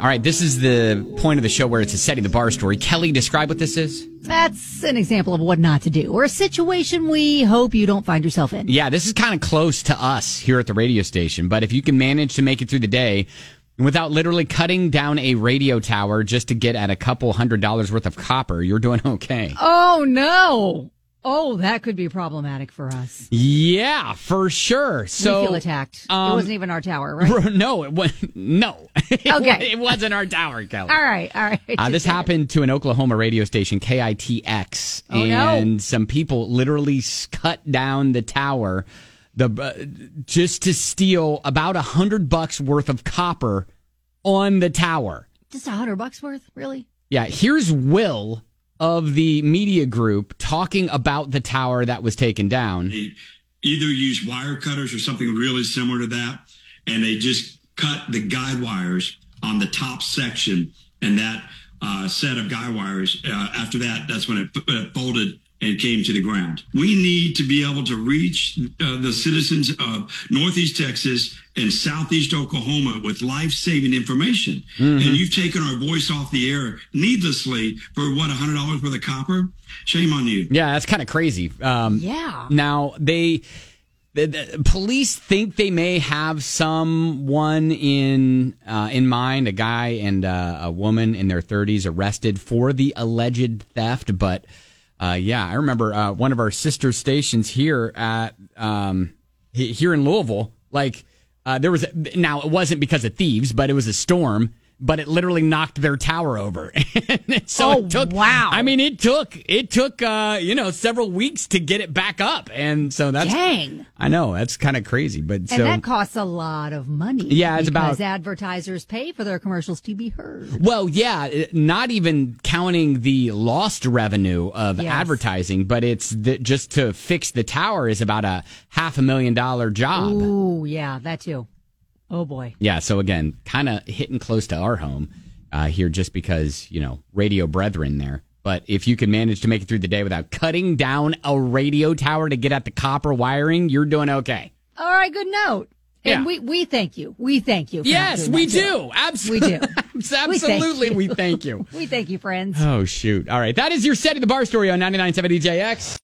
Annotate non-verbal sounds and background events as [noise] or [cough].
All right, this is the point of the show where it's a setting the bar story. Kelly, describe what this is. That's an example of what not to do, or a situation we hope you don't find yourself in. Yeah, this is kind of close to us here at the radio station, but if you can manage to make it through the day without literally cutting down a radio tower just to get at a couple hundred dollars worth of copper, you're doing okay. Oh no! Oh, that could be problematic for us. Yeah, for sure. So we feel attacked. um, it wasn't even our tower, right? No, it was [laughs] no. It wa- Okay. it wasn't our tower, Kelly. [laughs] All right, all right. Uh, Just this saying. happened to an Oklahoma radio station, KITX, Oh, no. and some people literally s- cut down the tower, the uh, just to steal about a hundred bucks worth of copper on the tower. Just a hundred bucks worth, really? Yeah, here's Will of the media group talking about the tower that was taken down. they either use wire cutters or something really similar to that, and they just cut the guide wires on the top section, and that uh, set of guide wires. Uh, after that, that's when it, it folded and came to the ground. We need to be able to reach uh, the citizens of Northeast Texas and Southeast Oklahoma with life-saving information. And you've taken our voice off the air needlessly for what hundred dollars worth of copper. Shame on you. Yeah, that's kind of crazy. Um, Yeah. Now they, the, the police think they may have someone in uh, in mind, a guy and uh, a woman in their 30s arrested for the alleged theft. But uh, yeah, I remember uh, one of our sister stations here at um, he- here in Louisville. Like uh, there was a, now it wasn't because of thieves, but it was a storm. But it literally knocked their tower over. [laughs] And so Oh, it took, wow. I mean, mean, it took it took uh, you know several weeks to get it back up, and so that's Dang. I know that's kind of crazy, but And so that costs a lot of money. Yeah, it's because about- advertisers pay for their commercials to be heard. well, yeah, it- not even counting the lost revenue of Yes. advertising, but it's the, just to fix the tower is about a half a million dollar job. Ooh, yeah, that too. Oh boy. Yeah, so again, kind of hitting close to our home uh, here just because, you know, radio brethren there. But if you can manage to make it through the day without cutting down a radio tower to get at the copper wiring, you're doing okay. All right, good note. Yeah. And we, we thank you. We thank you. for not Yes, doing we that, too. do. We [laughs] Absolutely. [laughs] do. Absolutely, we thank you. We thank you, friends. Oh, shoot. All right. That is your setting the bar story on 997 DJX.